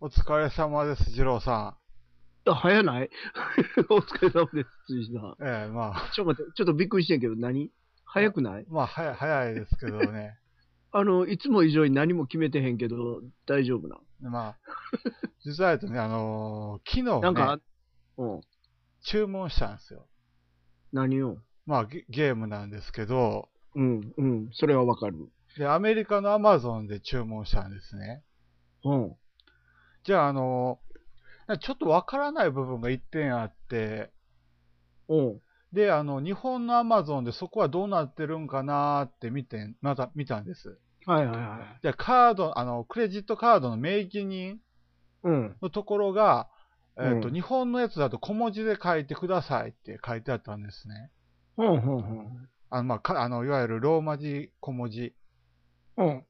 お疲れ様です、二郎さあ、早ないお疲れ様です、辻さん。ええまあ、ん。ちょっと待って、ちょっとびっくりしてんけど、何早くないまあ、はや早いですけどね。 あの、いつも以上に何も決めてへんけど、大丈夫な。まあ、実は言うとね、あのー昨日、ね、なんか、うん。注文したんですよ。何をまあゲ、ゲームなんですけど、うん、うん、それはわかる。で、アメリカのアマゾンで注文したんですね。うん。じゃあ、あのーちょっとわからない部分が一点あって、うん。で、あの、日本のアマゾンでそこはどうなってるんかなーって見て、また見たんです。はいはいはい。で、カード、あの、クレジットカードの名義人うん。のところが、えっ、と、うん日本のやつだと小文字で書いてくださいって書いてあったんですね。うん、うん、あの、まあ、かあの、いわゆるローマ字、小文字。うん。うん。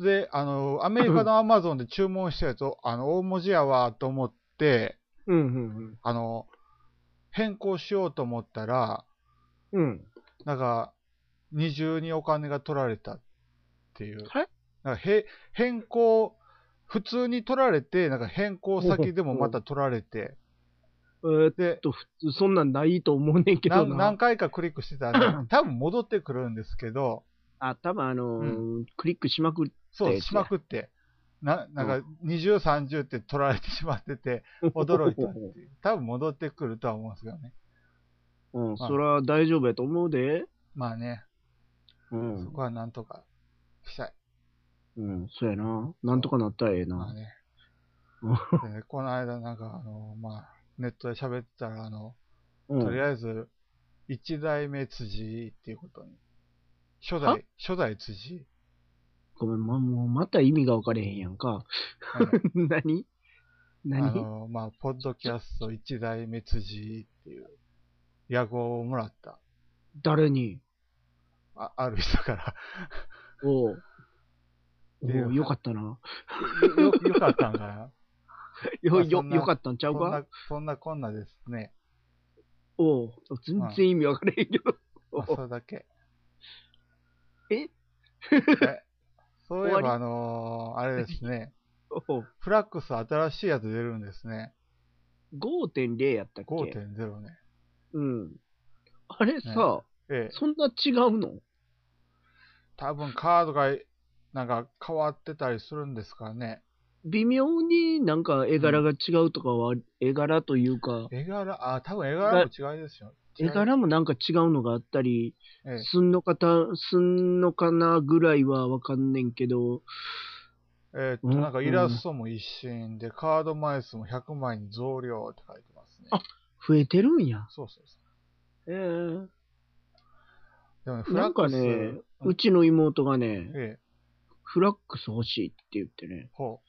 で、あの、アメリカのアマゾンで注文したやつを、あの、大文字やわと思って、うん、うん、あの、変更しようと思ったら、うん。うん。なんか、二重にお金が取られたっていう。えなんかへ変更、普通に取られて、なんか変更先でもまた取られて、えーっで、と、普通、そんなんないと思うねんけど何な。何回かクリックして たら、多分戻ってくるんですけど、あ、多分あのーうクリックしまくっそう、ええしまくって、ななんか20、30って取られてしまってて、驚いたっていう。多分戻ってくるとは思うんですけどね。 うん、そら大丈夫やと思うで。まあね、うそん。こはなんとかしたい。うん、そうやな。なんとかなったらええまあ な。ねうん。でねこの間、なんか、あの、まあ、ネットで喋ってたら、あの、うとりん。あえず、一代目辻っていうことに。初は代、初代辻。ごめん、ま、もうまた意味が分かれへんやんか。あの 何あ何の、まあ、ポッドキャスト一代目辻っていう、野号をもらった、誰にあある人から。おう。おでうよかったな。 よ、よよかったんかな。まよ、あよ、そんなよかったんちゃそうんなか、そんな こんなですね。おう。全然意味分かれへんけど。まあ、おそれだ け。ええそういえ終わりば、あのーあれですね。おうフラックス新しいやつ出るんですね。 5.0やったっけ5.0ね。うん。あれさ、ええ、そんな違うの多分カードが、なんか変わってたりするんですかね。微妙になんか絵柄が違うとかは、絵柄というか、絵柄、あ、多分絵柄も違いですよ。絵柄もなんか違うのがあったり、ええ、すんのかた、すんのかなぐらいはわかんねんけど、えーっと、うんなんかイラストも一新で、カード枚数も100枚に増量って書いてますね。あ増えてるんや。そうそうそう。ええでもね、フラなッんクかス、ね、うんうちの妹がね、ええ、フラックス欲しいって言ってね、ほ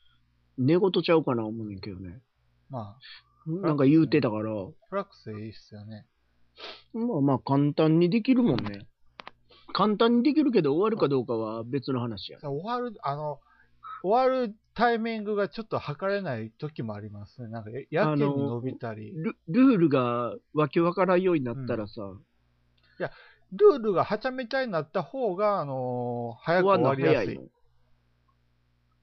寝言ちゃうかな思うねんけどね。う。まあ、なんか言うてたから、フラックスでいいっすよね。まあまあ簡単にできるもんね。簡単にできるけど終わるかどうかは別の話やだ。から終わる、あの、終わるタイミングがちょっと測れない時もありますね。なんか、ややけに伸びたり。ルルールがわけわからんようになったらさ、ルールがはちゃめちゃになった方が、あのー早く終わりやすい。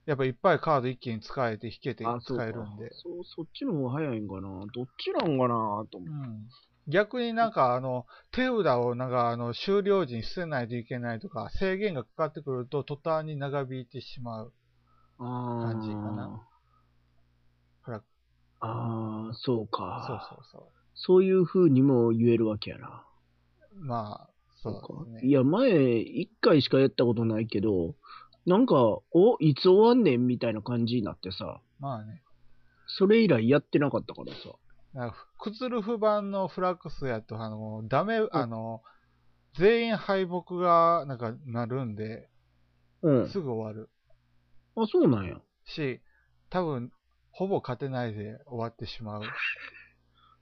やっぱいっぱいカード一気に使えて、引けてあ、そ使うかえるんで。そう、そっちの方が早いんかな。どっちなんかなと思うって。ん、逆になんか、あの、手札をなんか、あの、終了時に捨てないといけないとか、制限がかかってくると、途端に長引いてしまう。ああ。感じかなほらああ、そうそうか。そうそうそいう風にも言えるわけやな。う。まあ、そうかですいね。や、前、一回しかやったことないけど、なんか、お、いつ終わんねんみたいな感じになってさ、まあね。それ以来やってなかったからさ。なんかクツルフ版のフラックスやと、あの、ダメ、あの、全員敗北が、なんか、なるんで、うん。すぐ終わるあ、そうなんや。し、多分、ほぼ勝てないで終わってしまう。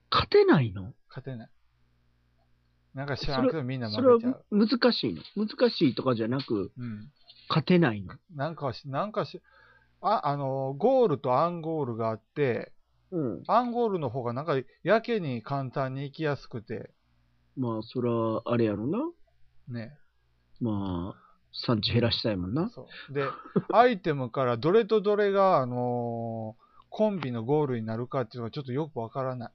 勝てないの勝てない。なんか知らんけどみんなそれは負けちゃう。難しいの難しいとかじゃなく、うん。勝てないの。なんかし、なんかし、あ、あの、ゴールとアンゴールがあって、うん。アンゴールの方がなんか、やけに簡単に行きやすくて、まあ、そら、あれやろな。ね。まあ、産地減らしたいもんな。そう で、アイテムからどれとどれが、あのーコンビのゴールになるかっていうのがちょっとよくわからな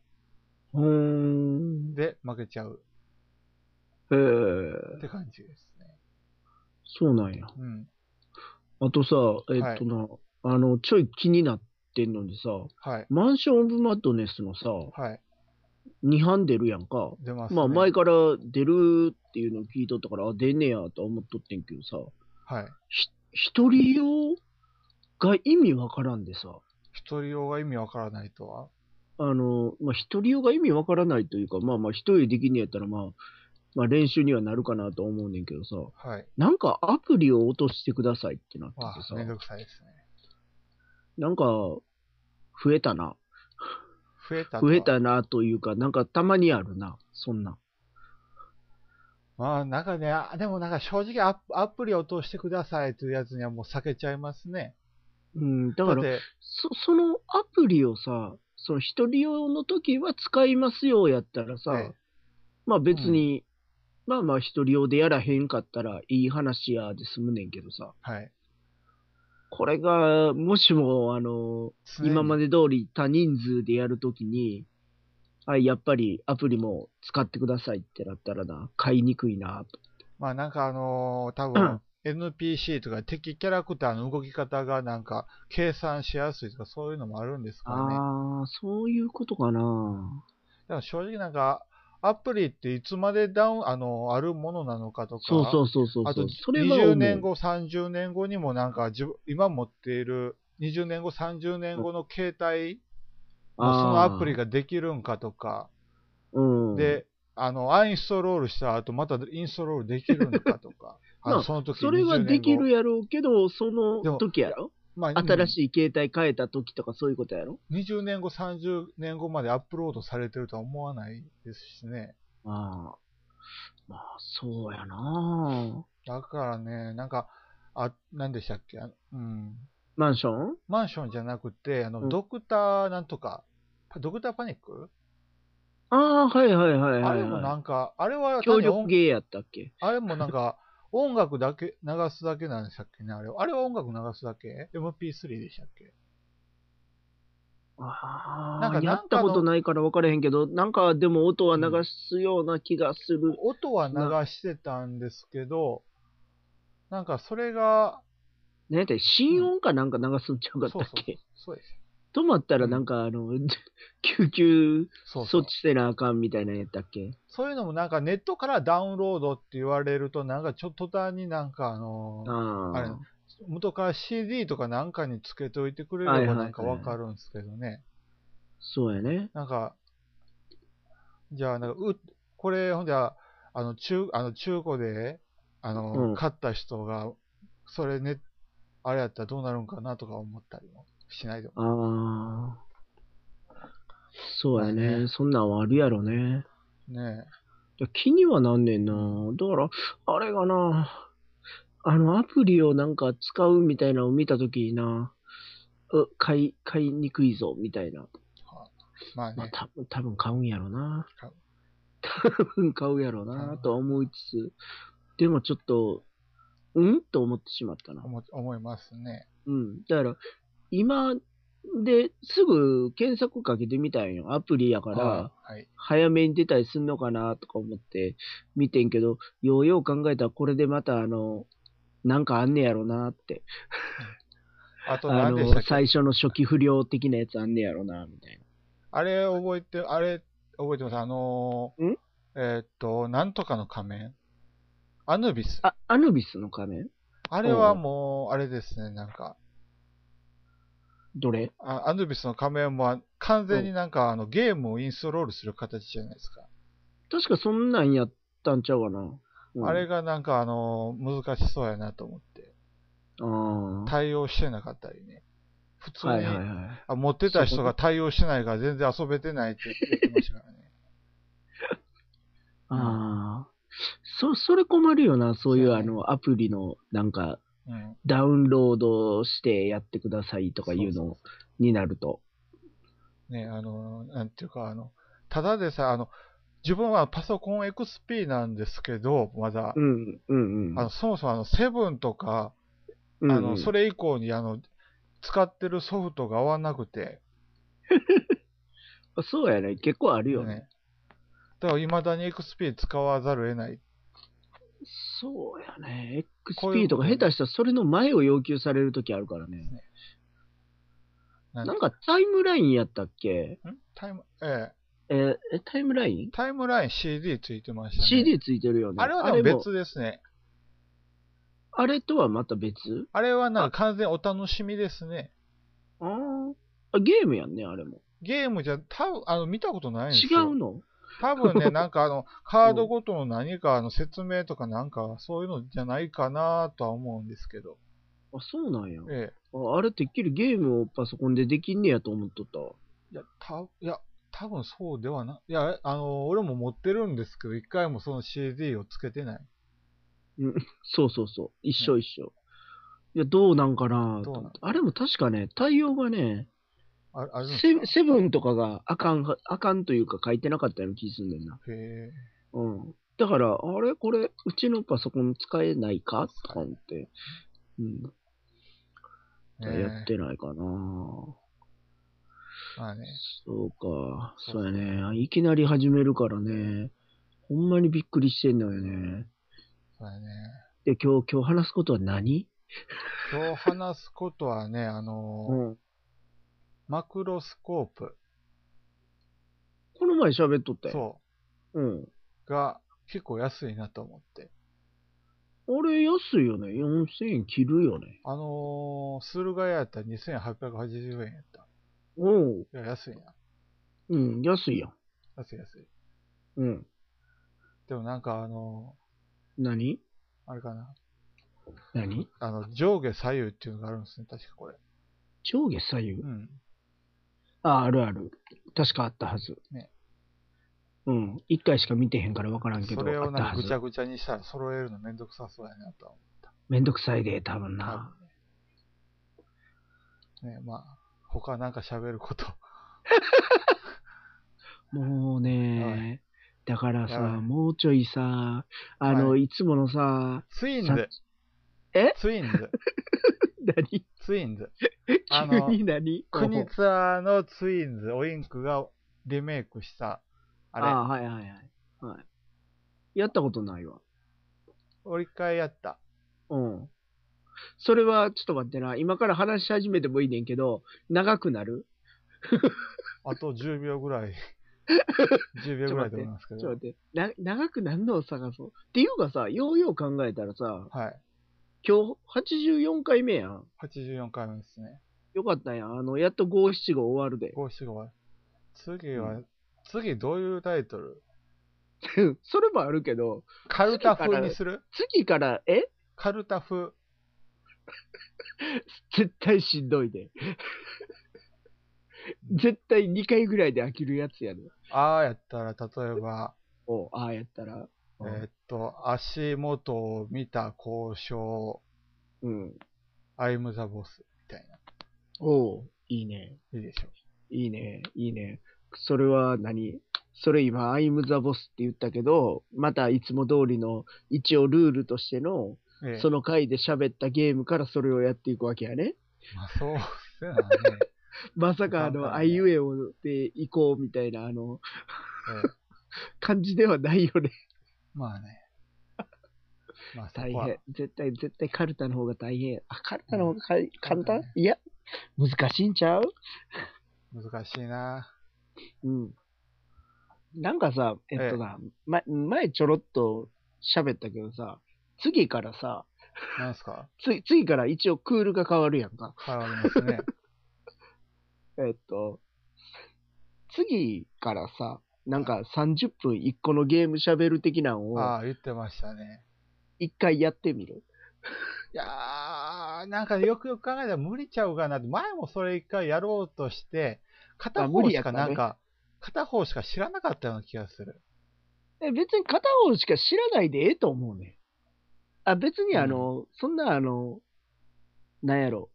うーんい。。で、負けちゃうええって感じですね。そうなんや。うん。あとさ、えっとな、あの、ちょい気になってんのにさ、はい。マンション・オブ・マッドネスのさ、はい。 2班出るやんか。出ます、ね。まあ前から出るっていうのを聞いとったから、あ、出んねやとは思っとってんけどさ、はい。一人用が意味わからんでさ、一人用が意味わからないとはあの、まあ一人用が意味わからないというか、まあまあ一人できんねやったら、まあ、まあ練習にはなるかなとは思うねんけどさ、はい。なんかアプリを落としてくださいってなってまてあ、めんさ、どくさいですね。なんか増えたな。増えたとは増えたなというか、なんかたまにあるな、そんな。まあ、なんかね、あでもなんか正直アプアプリを通してくださいというやつにはもう避けちゃいますね。うん、だだかっら、て、そそのアプリをさ、その一人用の時は使いますよやったらさ、ええまあ別に、まあまあ一人用でやらへんかったらいい話やで済むねんけどさ、はい。これが、もしも、あの、今まで。で通り多人数でやるときに、はい、やっぱりアプリも使ってくださいってなったらな、買いにくいなと。まあなんかあのー多う分ん NPC とか敵キャラクターの動き方がなんか計算しやすいとかそういうのもあるんですからね。ああ、そういうことかな。でも正直なんか、アプリっていつまでダウン、あの、あるものなのかとか。そうそうそうそうそう。あとそれは思う20年後、30年後にもなんか自分、今持っている20年後、30年後の携帯のそのアプリが、ができるんかとか、うん、で、あの、アンインストロールした後、またインストロールできるのかと か、あまのあその時それはできるや、やろうけど、そでのも時やろまあ、新い。しい携帯変えた時とかそういうことやろ20年後、30年後までアップロードされてるとは思わないですしね。ああ。まあ、そうやなだからね、なんか、あ、なんでしたっけ、あのうん、マンションマンションじゃなくて、あの、うんドクターなんとか、ドクターパニックああ、はいはいはいあはい、れもなは。んか、あれはい協単に音力ゲーやったっけあれもなんか、音楽だけ、流すだけなんでしたっけね、あれは。あれは音楽流すだけ ?MP3 でしたっけあなんか、あやったことないから分からへんけど、なんかでも音は流すような気がする。音は流してたんですけど、なんかそれが、ねって、心音かなんか流すんちゃうかったっそうけそうです。止まったらなんかあの、 救急そう措そう置せなあかんみたいなのやったっけそういうのもなんかネットからダウンロードって言われると、なんかちょっと途端になんかあのーああれあ。元から CD とかなんかにつけておいてくれはいれはばいはないんかわかるんですけどね。そうやね。なんか、じゃあ、なんか、う、これ、ほんじゃ、あの、中、あの、中古で、あの、うん買った人が、それね、あれやったらどうなるんかなとか思ったりもしないでも。ああ。そうやまあね。ねそんなんはあるやろね。ねいや気にはなんねんな。だから、あれがな、あのアプリをなんか使うみたいなのを見たときにな、う買い、買いにくいぞ、みたいな。えまあまあ、ね、た多分買うんやろな買う。多分買うやろな、とは思いつつ。でもちょっと、うんと思ってしまったな。思、思いますね。うん。だから、今ですぐ検索かけてみたんよ。アプリやから、はい。早めに出たりすんのかなとか思って見てんけど、ようよう考えたらこれでまたあの、なんかあんねやろなって。あと、あ何でしたの、っけあ最初の初期不良的なやつあんねやろな、みたいな。れ覚えて、あれ、覚えてますあのーんえーっと、なんとかの仮面アヌビス。あ、アヌビスの仮面あれはもう、あれですね、なんか、どれあアヌビスの仮面もあ完全になんか、あのゲームをインストロールする形じゃないですか。確かそんなんやったんちゃうかな。うんあれがなんか、あのー難しそうやなと思って、あー対応してなかったりね。普通に、はいはいはい。あ持ってた人が対応してないから全然遊べてないって言ってましたからね。ああ。そ、それ困るよな、そういうそうあやねの、アプリのなんか、うん、ダウンロードしてやってくださいとかいうそうのになると。ね、あのーなんていうか、あの、ただでさ、あの、自分はパソコン XP なんですけど、まだ、うん、うん、うん。あのそもそもあのセブンとか、うんうんあのそれ以降にあの使ってるソフトが合わなくて、あそうやね。結構あるよね。ねだから未だに XP 使わざるを得ない。そうやね。こういう XP とか下手したらそれの前を要求されるときあるからね。ななんかタイムラインやったっけんタイム、ええ、えーえ、タイムラインタイムライン CD ついてましたね。 ?CD ついてるよね。あれはでもも別ですね。あれとはまた別あれはなんか完全お楽しみですね。あーあ。ゲームやんね、あれも。ゲームじゃ、多分あの、見たことないんです違よ。うの多分 ね、なんかあの、カードごとの何かの説明とかなんか、そういうのじゃないかなとは思うんですけど。あ、そうなんや。ええ。ああれてっきりゲームをパソコンでできんねやと思っとったわ。いや、た、いや、多分そうではな、いや、あの、俺も持ってるんですけど、一回もその CD をつけてない。そうそうそう。一緒一緒。いや、どうなんかなどとうな思んってあれも確かね、対応がね、ああるんですセセブンとかがあかんは、あかんというか書いてなかったような気すんねんな。へえ。うん。だから、あれこれ、うちのパソコン使えないかとか思って。うん。ねえやってないかなまあね。そうか。そそううそやうね。いきなり始めるからね。ほんまにびっくりしてんのよね。そうだね。で、今日、今日話すことは何今日話すことはね、あの、うん。マクロスコープ。この前喋っとったよ。。そううん。う。が、結構安いなと思って。あれ安いよね。4000円切るよね。あのー、駿河屋やったら2880円やった。おう。いや、安いな。うん、安いやん。安い安い。うん。でもなんかあの何ー、あれかな。何あの、上下左右っていうのがあるんですね、確かこれ。上下左右うん。あ、あるある。確かあったはず。ねうん。一回しか見てへんから分からんけど、それあをったなんはかぐちゃず。ぐちゃにしたら揃えるのめんどくさそうやなとは思めんどくさいで、多分な。う。ね、まあ、他なんか喋ること。 もはうね、だからさ、はいもうちょいさ、あの、、はいつものさ、ツインズ。えツインズ。何ツインズ。あの 急に何国ツアーのツインズ、オインクがリメイクした、ああれ、はいはいはい。はい。やったことないわ。折り返やった。うん。それは、ちょっと待ってな、今から話し始めてもいいねんけど、長くなるあと10秒ぐ らい。10秒ぐらいで思いますけちどょっ。と待って、な長くなるのを探そう。っていうかさ、ようよう考えたらさ、はい。今日84回目やん。 84回目ですね。よかったやん。あの、やっと5、7、5終わるで。 5、4、5は。次は、う次どういうタイトルそれもあるけど、カルタ風にする次から、えカルタ風。絶対しんどいで。 絶対2回ぐらいで飽きるやつやで。ああやったら、例えば、おうああやったら。えーっと、足元を見た交渉、うん。アイムザボスみたいな。おういいね。いいでしょいいね。いいね。それは何それ今、アイムザボスって言ったけど、またいつも通りの、一応ルールとしての、う。ええその回で喋ったゲームからそれをやっていくわけやね。まあ、そうっす よね。まさかあまあの、まああいうえおで行こうみたいな、あの、ええ感じではないよね。まあね。まあ、そ大こは変。絶対、絶対カルタの方が大変。あ、カルタの方がかいカル簡タね単いや、難しいんちゃう難しいな。うん。なんかさ、えっとな、ま、前ちょろっと喋ったけどさ、次からさ、なんすかつ次から一応クールが変わるやんか。変わります ね。えっと、次からさ、なんか30分1個のゲーム喋る的なんあをあ、言ってましたね。 1回やってみる。いやー、なんかよくよく考えたら無理ちゃうかなって、前もそれ一回やろうとして、片あ方無理しやっかたねなんか、片方しか知らなかったような気がする。え別に片方しか知らないでええと思うねん。あ、別にあの、そんなあの、なんやろ、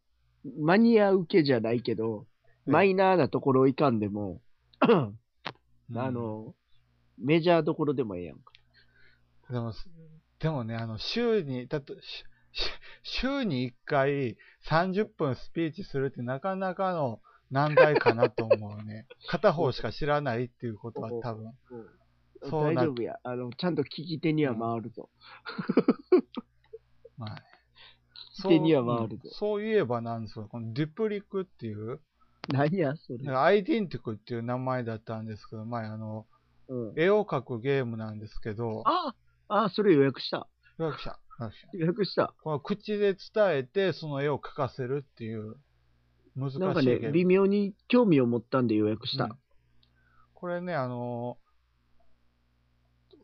マニア受けじゃないけど、うんマイナーなところいかんでも、うんあ、の、メジャーどころでもええやんか。でも、でもね、あの、週に、だと、しし週に1回30分スピーチするってなかなかの難題かなと思う ね。片方しか知らないっていうことは多分。そう大な丈夫や。あの、ちゃんと聞き手には回るぞ。まあね。聞き手には回そるうぞうんそういえばなんですよ。このデュプリクっていう、 何や、それ。アイデンティクっていう名前だったんですけど、前あの、うん。絵を描くゲームなんですけど、ああ、それ予約した。よっしゃ、よっしゃ予約した。この口で伝えて、その絵を描かせるっていう、難しいゲなんかーム。ね、微妙に興味を持ったんで予約した。うんこれね、あの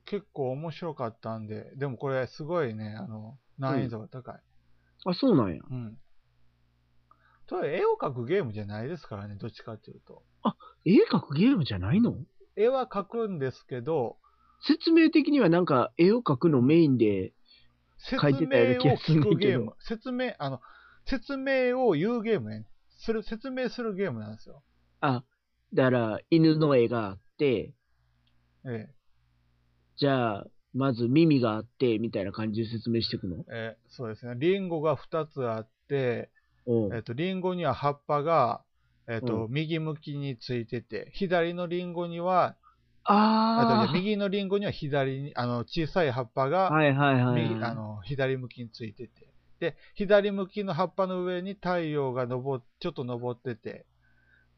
結構面白かったんで、でもこれすごいね、あの難易度が高い。あ、そうなんや。うん。ただ絵を描くゲームじゃないですからね、どっちかっていうと。絵描くゲームじゃないの絵は描くんですけど、説明的にはなんか絵を描くのメインで、説描いてたよう明な気をがすん聞ねくんけゲどーム。説明、あの、説明を言うゲームね。する、説明するゲームなんですよ。あ、だから犬の絵があって、えじゃあ、まず耳があって、みたいな感じで説明していくのえ、ええ、そうですね。リンゴが2つあって、うん。えっと、リンゴには葉っぱが、えっと、う右向きについてて、左のリンゴには、あといあやあ、右のリンゴには左に、あの、小さい葉っぱが、はいはいはい。右あの、左向きについてて。で、左向きの葉っぱの上に太陽が昇っちょっと昇ってて。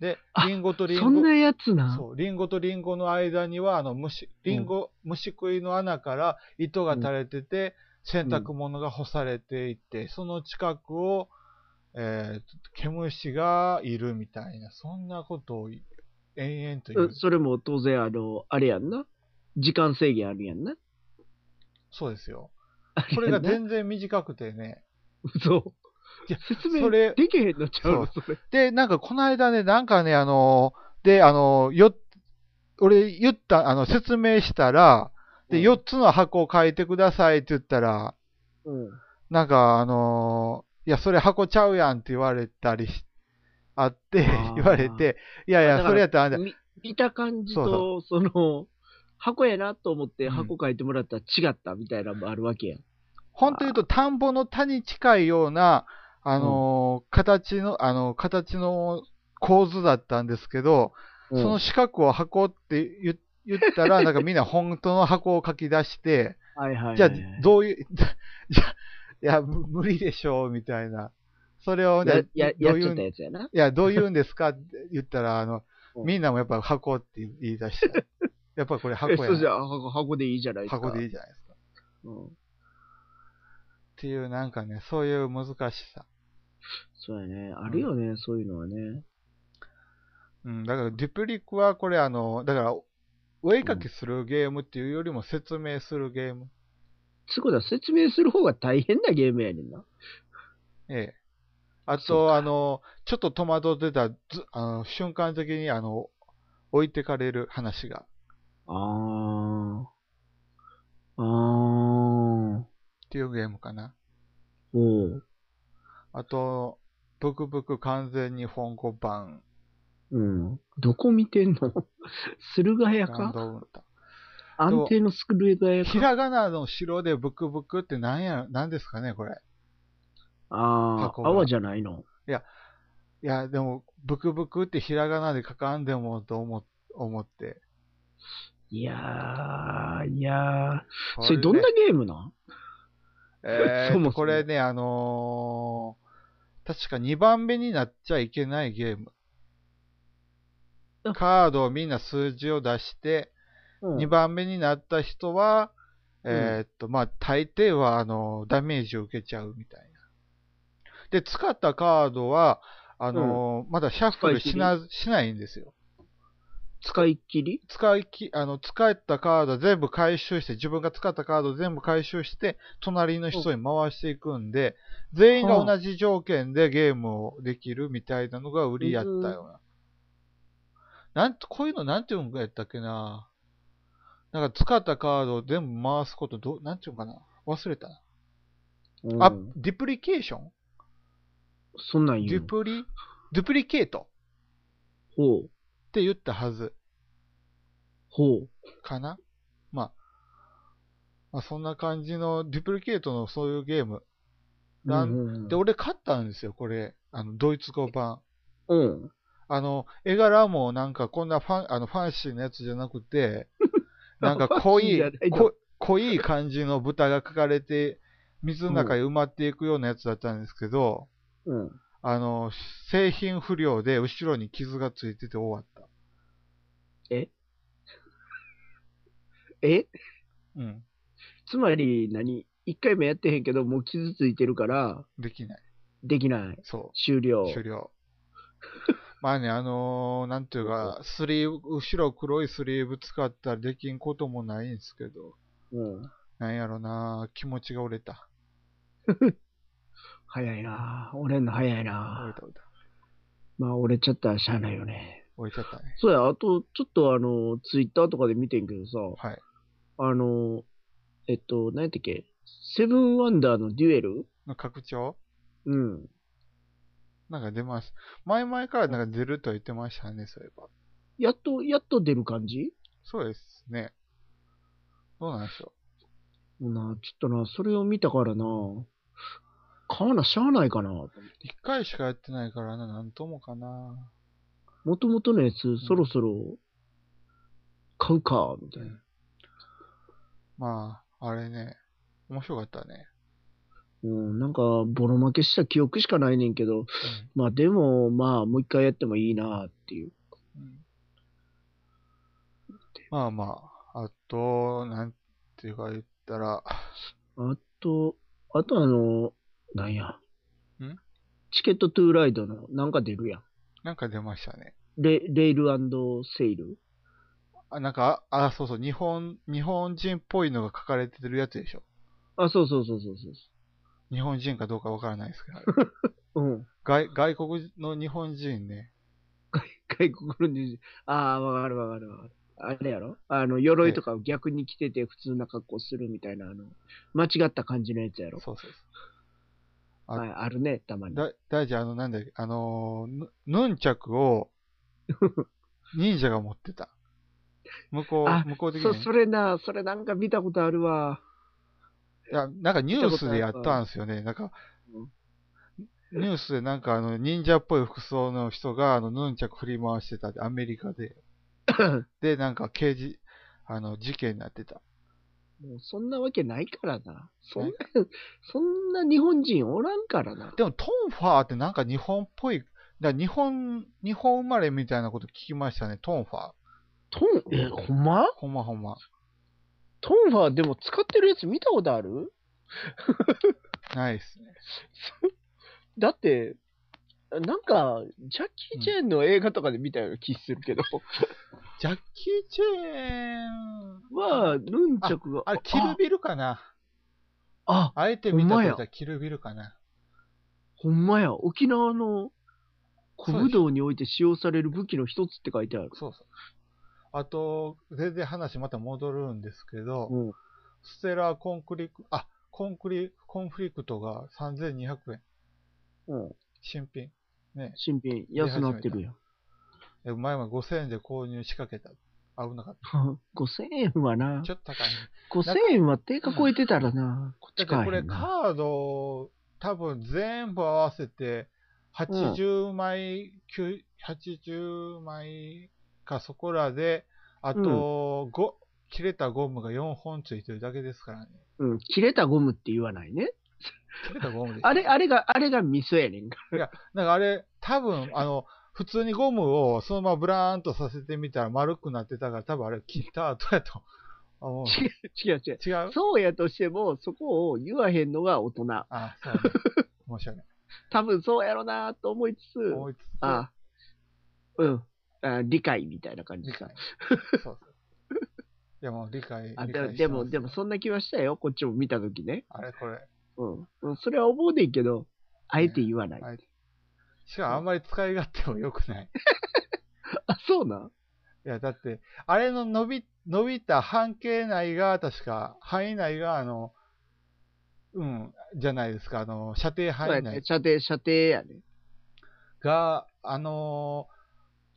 であ、リンゴとリンそんゴな、やつな。そう、リンゴとリンゴの間には、あの、虫、リンゴ、虫食いの穴から糸が垂れてて、洗濯物が干されていて、その近くを、えー、毛虫がいるみたいな、そんなことを延々と言うう。それも当然、あの、あれやんな。時間制限あるやんな。そうですよ。あこれが全全然短くて ね。 そういや。説明それできへんのちゃうのそれ。で、なんかこの間ね、なんかね、あのー、で、あのー、よ、俺言った、あの、説明したら、で、4つの箱を書いてくださいって言ったら、うん。なんかあのー、いや、それ箱ちゃうやんって言われたりし、あってあ ー、言われて、いやいあだや、からそれやったらあんた、み見た感じそうと、その、箱やなと思ってうん箱書いてもらったら違ったみたいなのもあるわけや。本当言うと田んぼの田に近いような、あのー、形の、あの、形の構図だったんですけど、うんその四角を箱って言言ったら、なんかみんな本当の箱を書き出して、 はいはいはい。じゃあどう いう、じゃあいや、む無理でしょう、みたいな。それをね、や、や、どやうっいちうゃっんたいやつやな。や、どう言うんですかって言ったら、あの、うんみんなもやっぱ箱って言い出した。やっぱこれ箱やえそうじゃな。あ箱箱でいいじゃないですか。箱でいい。いじゃないですか。っうん。ていう、なんかね、そういう難しさ。そうやね。あるよね、そういうのはね。うん、だから、デュプリクはこれ、あの、だから、お絵かきするゲームっていうよりも説明するゲーム。つうことは説明する方が大変なゲームやねんな。ええ。あそうと、あの、ちょっと戸惑ってた、ずあの瞬間的に、あの、置いてかれる話が。ああ。ああ。っていうゲームかな。おう。あと、ブクブク完全日本語版、うん。どこ見てん の駿河屋ランかドウンタ安定の駿河屋ひからがなの白でブクブクってなんや、なんですかね、これ。ああ、箱が泡じゃないの。いや、でも、ブクブクってひらがなで書かんでもと思思って。いやー、いやー。そこれどんなゲームなんえーそもそもこれね、あのー確か2番目になっちゃいけないゲームあ。カードをみんな数字を出して、うん2番目になった人は、うんえーっと、まあ、大抵は、あの、ダメージを受けちゃうみたいな。で、使ったカードは、あのーまだシャッフルしな、しないんですよ。使いっきり使いき、あの、使ったカード全部回収して、自分が使ったカード全部回収して、隣の人に回していくんで、全員が同じ条件でゲームをできるみたいなのが売りやったような。なんと、こういうのなんていうんやったっけななんか使ったカードを全部回すこと、どう、なんていうんかな忘れたな。うんあ、デュプリケーションそんなんデ言うュのプリ、デュプリケートほう。って言ったはずほう。かなまあ、まあ、そんな感じの、デュプリケートのそういうゲーム。なうんん。で、俺買ったんですよ、これ。あの、ドイツ語版。うん。あの、絵柄もなんかこんなファン、あの、ファンシーなやつじゃなく て、なんか濃いファンシーじゃない、の濃濃い感じの豚が描かれて、水の中に埋まっていくようなやつだったんですけど、うん。あの、製品不良で後ろに傷がついてて終わった。えうん。つまり何、一回目やってへんけど、もう傷ついてるから、できない。できない。そ終了。う。終 了。まあね、あのーなんていうか、スリーブ、後ろ黒いスリーブ使ったらできんこともないんですけど、うん。なんやろな、気持ちが折れた。早いな折れんの早い折れなた折れた。まあ、折れちゃったらしゃあないよね。折れちゃったね。そうや、あと、ちょっとあの、ツイッターとかで見てんけどさ、はい。あの、えっと、何やったっけセブンワンダーのデュエルの拡張うん。なんか出ます。前々からなんか出ると言ってましたね、そういえば。やっと、やっと出る感じそうですね。どうなんでしょもうな、ちょっとな、それを見たからな、買わなしゃあないかな。う。一回しかやってないからな、なんともかな。もともとのやつ、そろそろ、買うか、みたいな。まあ、あれね、面白かったね。うん、なんか、ボロ負けした記憶しかないねんけど、まあでも、まあ、もう一回やってもいいな、っていう。うんうんまあまあ、あと、なんていうか言ったら、あと、あとあの、なんや。んチケットトゥーライドの、なんか出るやん。なんか出ましたね。レレールセイル。あ、なんか、あ、あそうそう、日本、日本人っぽいのが書かれてるやつでしょ。あ、そうそうそうそうそう日本人かどうかわからないですけど。そう。うん。 外外国の日本人ね、外国の人種ああ、わかるわかるわかる。あれやろあの、鎧とかを逆に着てて普通な格好するみたいな、あの、間違った感じのやつやろそうそうそうあはい、あるね、たまに。だ大事、あの、なんだっけ、あのー、ぬヌンチャクを、忍者が持ってた。向こあう、向こう的にそ、ね。それな、それなんか見たことあるわ。いや、なんかニュースでやったんですよね。なんかう、ニュースでなんかあの、忍者っぽい服装の人が、あの、ヌンチャク振り回してたって、アメリカ で。で、なんか刑事、あの、事件になってた。もうそんなわけないからな。そんな、そんな日本人おらんからな。でも、トンファーってなんか日本っぽい、だから日本、日本生まれみたいなこと聞きましたね、トンファー。トン、え、ほんまほんまほんま。トンファーでも使ってるやつ見たことあるないっすね。だって、なんか、ジャッキー・チェーンの映画とかで見たような気するけ ど、ジャッキー・チェーンは、ヌンチャクが。あれ、キルビルかなあ、あえて見たほとんましやたらキルビルかなほんまや、沖縄の古武道において使用される武器の一つって書いてある。そうそう。あと、全然話また戻るんですけど、うんステラーコンクリク、あ、コンクリ、コンフリクトが3200円。うん。新品。ね新品、安なってるやん。え。前は5000円で購入しかけた。危なかっ 5000円た。はなち、ょっと高い、ね。 5000円は定価超えてたらな、こっだっちて買こえへれんな。カード、多分全部合わせて、80枚、9 80枚かそこらで、あと、ご切れたゴムが4本ついてるだけですからね。うん、切れたゴムって言わないね。切れたゴムです。あれ、あれが、あれがミソやねんか。なんかあれ、多分、あの、普通にゴムをそのままブラーンとさせてみたら丸くなってたから、多分あれ切った後や と思う。違う違う。違うそうやとしても、そこを言わへんのが大人。あ、そうね。申し訳ない。多分そうやろなと思いつつ、思いつつ、あうんあ、理解みたいな感じ理か解。。そうそう。いやもう理解。あ理で解も、してでまも、すでもそんな気はしたよ、こっちも見たときね。あれこれ。うん。うんそれは思うねんけど、あえて言わない。あえしかもあんまり使い勝手も良くない。あ、そうなんいや、だって、あれの伸び、伸びた半径内が、確か、範囲内が、あの、うん、じゃないですか、あの、射程そう範や囲ね内。射程、射程やね。が、あの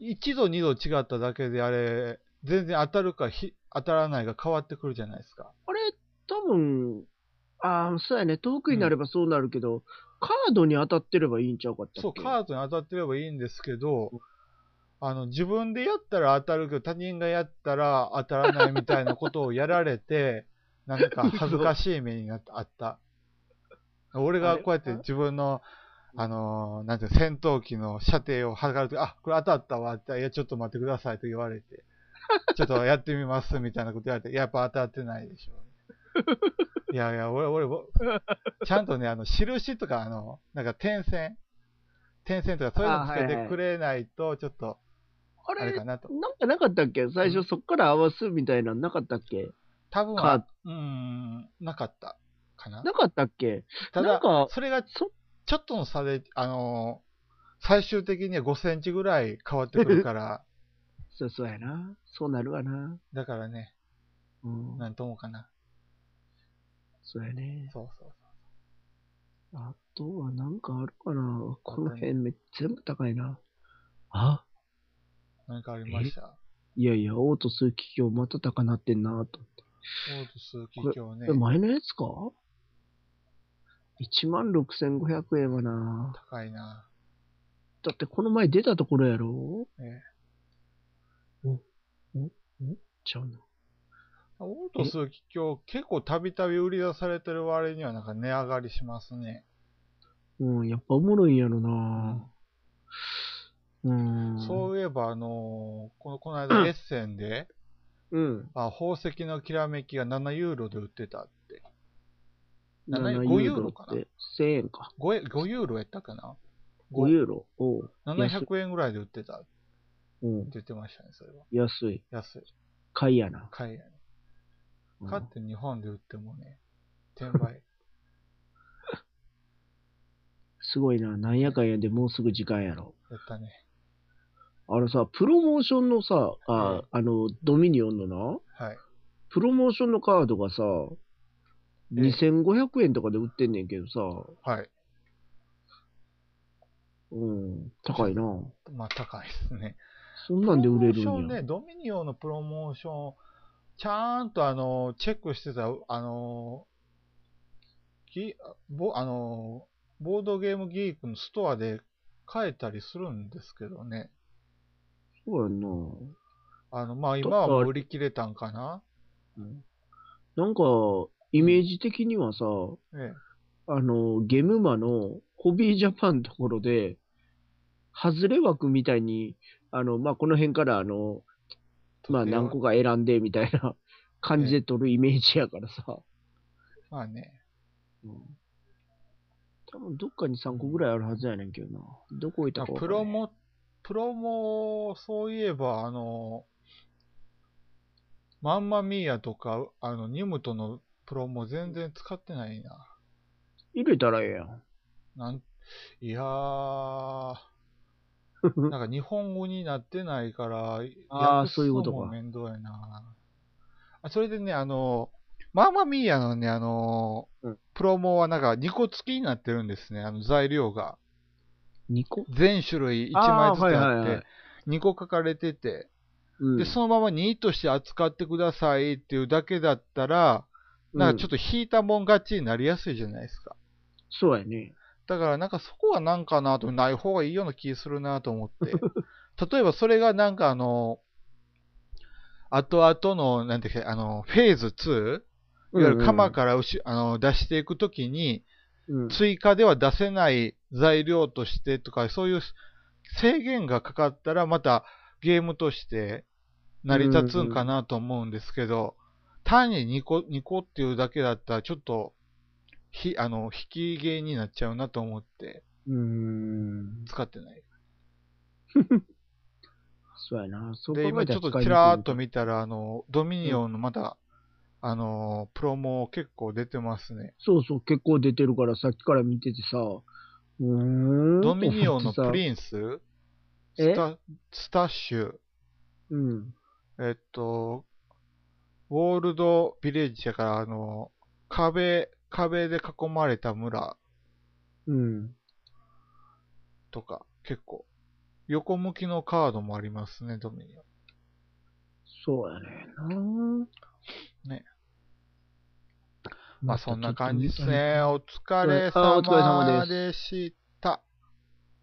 ー、一度二度違っただけで、あれ、全然当たるかひ、当たらないが変わってくるじゃないですか。あれ、多分、ああ、そうやね。遠くになればそうなるけど、カードに当たってればいいんちゃうかったっけそう、カードに当たってればいいんですけど、あの、自分でやったら当たるけど、他人がやったら当たらないみたいなことをやられ て、なんか恥ずかしい目になった、あった。俺がこうやって自分の、あのーなんていうの戦闘機の射程を測るとき、あ、これ当たったわって言ったら、いや、ちょっと待ってくださいと言われて、ちょっとやってみますみたいなこと言われて、やっぱ当たってないでしょ。いやいや、俺、俺、ぼちゃんとね、あの、印とか、あの、なんか点線、点線とかそういうのつけあはいはていくれないと、ちょっと、ああれれ、かなと。なんかなかったっけ最初そっから合わすみたいなのなかったっけ多分カーは、うーん、なかったかな。なかったっけたなんだか、それが、ちそょっとの差で、あのー最終的には5センチぐらい変わってくるから、 そうそうやな。そうなるわな。だからね、うん。なんともかな。そうやね。そうそうそう。あとはなんかあるかなこの辺め全部高いな。あ何かありましたいやいや、オート数機器をまた高なってんなと思って。オート数奇境ねえ、、前のやつか ?16,500 円はな。高いな。だってこの前出たところやろええお、お、おちゃうな。オートス気境、結構たびたび売り出されてる割にはなんか値上がりしますね。うん、やっぱおもろいんやろな。うん。そういえば、あのーこの、この間エッセンで、う。うん。あ、宝石のきらめきが7ユーロで売ってたって。7 7 5ユーロかなって1000円か。 5, え5ユーロやったかな5ユーロ。おう。 ?700 円ぐらいで売ってたってうん。言ってましたね、それは。安い。安い。買いやな。買いやね。うん買って日本で売ってもね、転売。すごいな。なんやかんやでもうすぐ時間やろ。やったね。あのさ、プロモーションのさ、あ、あの、ドミニオンのな、はい。プロモーションのカードがさ、え2500円とかで売ってんねんけどさ、はい。うん、高いな。まあ、高いですね。そんなんで売れるプロモーショんンや。ね、ドミニオンのプロモーション、ちゃんとあの、チェックしてた、あの、ぎぼあの、ボードゲームギークのストアで買えたりするんですけどね。そうやんな。あの、まあ今はもう売り切れたんかなうんなんか、イメージ的にはさ、えあの、ゲムマのホビージャパンのところで、外れ枠みたいに、あの、まあ、この辺から、あの、まあ、何個か。か選んで、みたい な感じで取るイメージやからさ。まあね。多分どっかに3個ぐらいあるはずやねんけどな。どこ置いたあかわかプんないロモ、プロモ、そういえば、あの、マンマミーヤとか、あの、ニムトのプロモ全然使ってないな。入れたらええやん。なん、いやー、 なんか日本語になってないから、あー訳すそういうことかのも面倒やな。あ、それでね、あの、マーマミーヤのね、あの、うんプロモはなんか2個付きになってるんですね、あの材料が。 2個全種類1枚ずつあって、あーはいはいはい2個書かれてて、うん。で、そのまま2として扱ってくださいっていうだけだったら、なんかちょっと、と引いたもん勝ちになりやすいじゃないですか。そうやね。だからなんかそこはなんかなと、ない方がいいような気するなと思 って。例えばそれがなんかあの、後々の、なんていうか、あの、フェーズ 2? いわゆる鎌釜からうし、あの出していくときに、うん。追加では出せない材料としてとか、そういう制限がかかったらまたゲームとして成り立つんかなと思うんですけど、単に2個、2個っていうだけだったらちょっと、ひ、あの、引き芸になっちゃうなと思って。うん。使ってない。そうやな。そう考で、えた今らちょっと使ちいにくいらーっと見たら、あの、ドミニオンのまだ、あの、プロモ結構出てますね。そうそう、結構出てるから、さっきから見ててさ。うーん。ドミニオンのプン。リンス、えスタスタッシュ、うん。えっと、ウォールドビレッジやから、あの、壁、壁で囲まれた村うん。とか、結構、横向きのカードもありますね、ドミニオン。そうやねんな。ね。まあそんな感じですまたちょっと見たいね。お疲れあお疲れ様様ですでした。